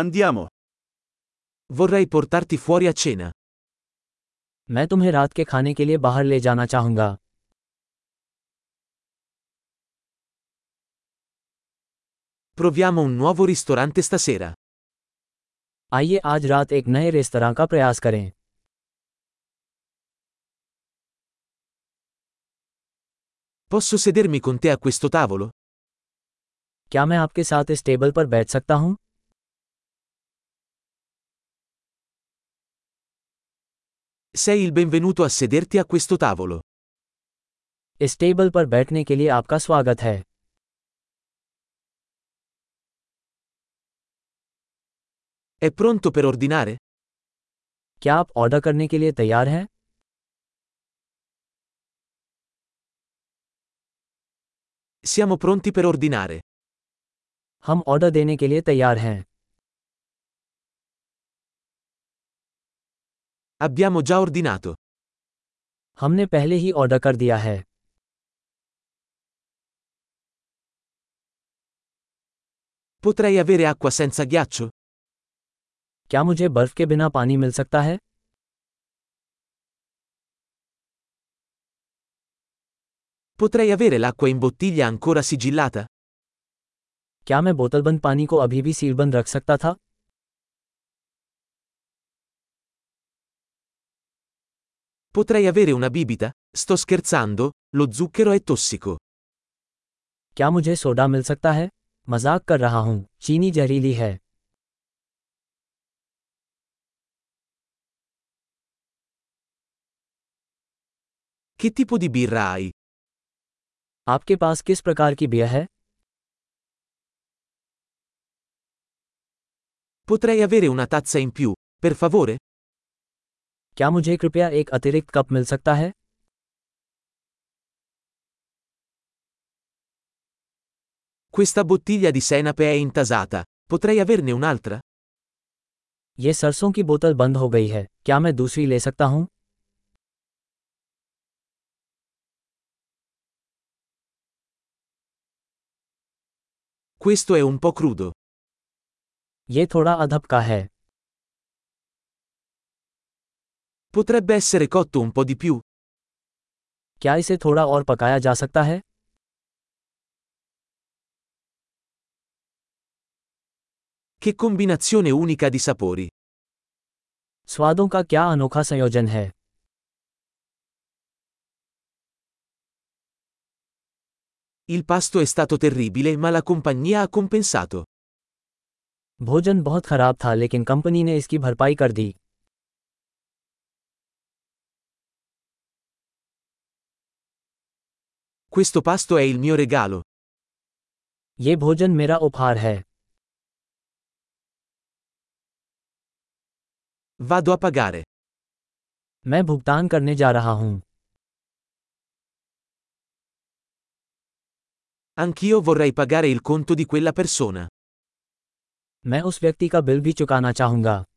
Andiamo. Vorrei portarti fuori a cena. मैं तुम्हें रात के खाने के लिए बाहर ले जाना चाहूंगा Proviamo un nuovo ristorante stasera. आइए आज रात एक नए रेस्तरां का प्रयास करें Posso sedermi con te a questo tavolo? क्या मैं आपके साथ इस टेबल पर बैठ सकता हूँ Sei il benvenuto a sederti a questo tavolo. इस टेबल पर बैठने के लिए आपका स्वागत है È pronto per ordinare? क्या आप ऑर्डर करने के लिए तैयार हैं Siamo pronti per ordinare. हम ऑर्डर देने के लिए तैयार हैं Abbiamo già ordinato. हमने पहले ही ऑर्डर कर दिया है Potrei avere acqua senza ghiaccio? क्या मुझे बर्फ के बिना पानी मिल सकता है Potrei avere l'acqua in bottiglia ancora sigillata? क्या मैं बोतलबंद पानी को अभी भी सीलबंद रख सकता था Potrei avere una bibita? Sto scherzando, lo zucchero è tossico. क्या मुझे सोडा मिल सकता है मजाक कर रहा हूँ चीनी जहरीली है Che tipo di birra hai? आपके पास किस प्रकार की बियर है Potrei avere una tazza in più, per favore? क्या मुझे कृपया एक अतिरिक्त कप मिल सकता है Questa bottiglia di senape è intasata. Potrei averne un'altra? ये सरसों की बोतल बंद हो गई है क्या मैं दूसरी ले सकता हूँ Questo è un po' crudo. ये थोड़ा अधब का है Potrebbe essere cotto un po' di più. क्या इसे थोड़ा और पकाया जा सकता है Che combinazione unica di sapori. स्वादों का क्या अनोखा संयोजन है Il pasto è stato terribile, ma la compagnia ha compensato. भोजन बहुत खराब था लेकिन कंपनी ने इसकी भरपाई कर दी Questo pasto è il mio regalo. ये भोजन मेरा उपहार है Vado a pagare. मैं भुगतान करने जा रहा हूँ Anch'io vorrei pagare il conto di quella persona. मैं उस व्यक्ति का बिल भी चुकाना चाहूंगा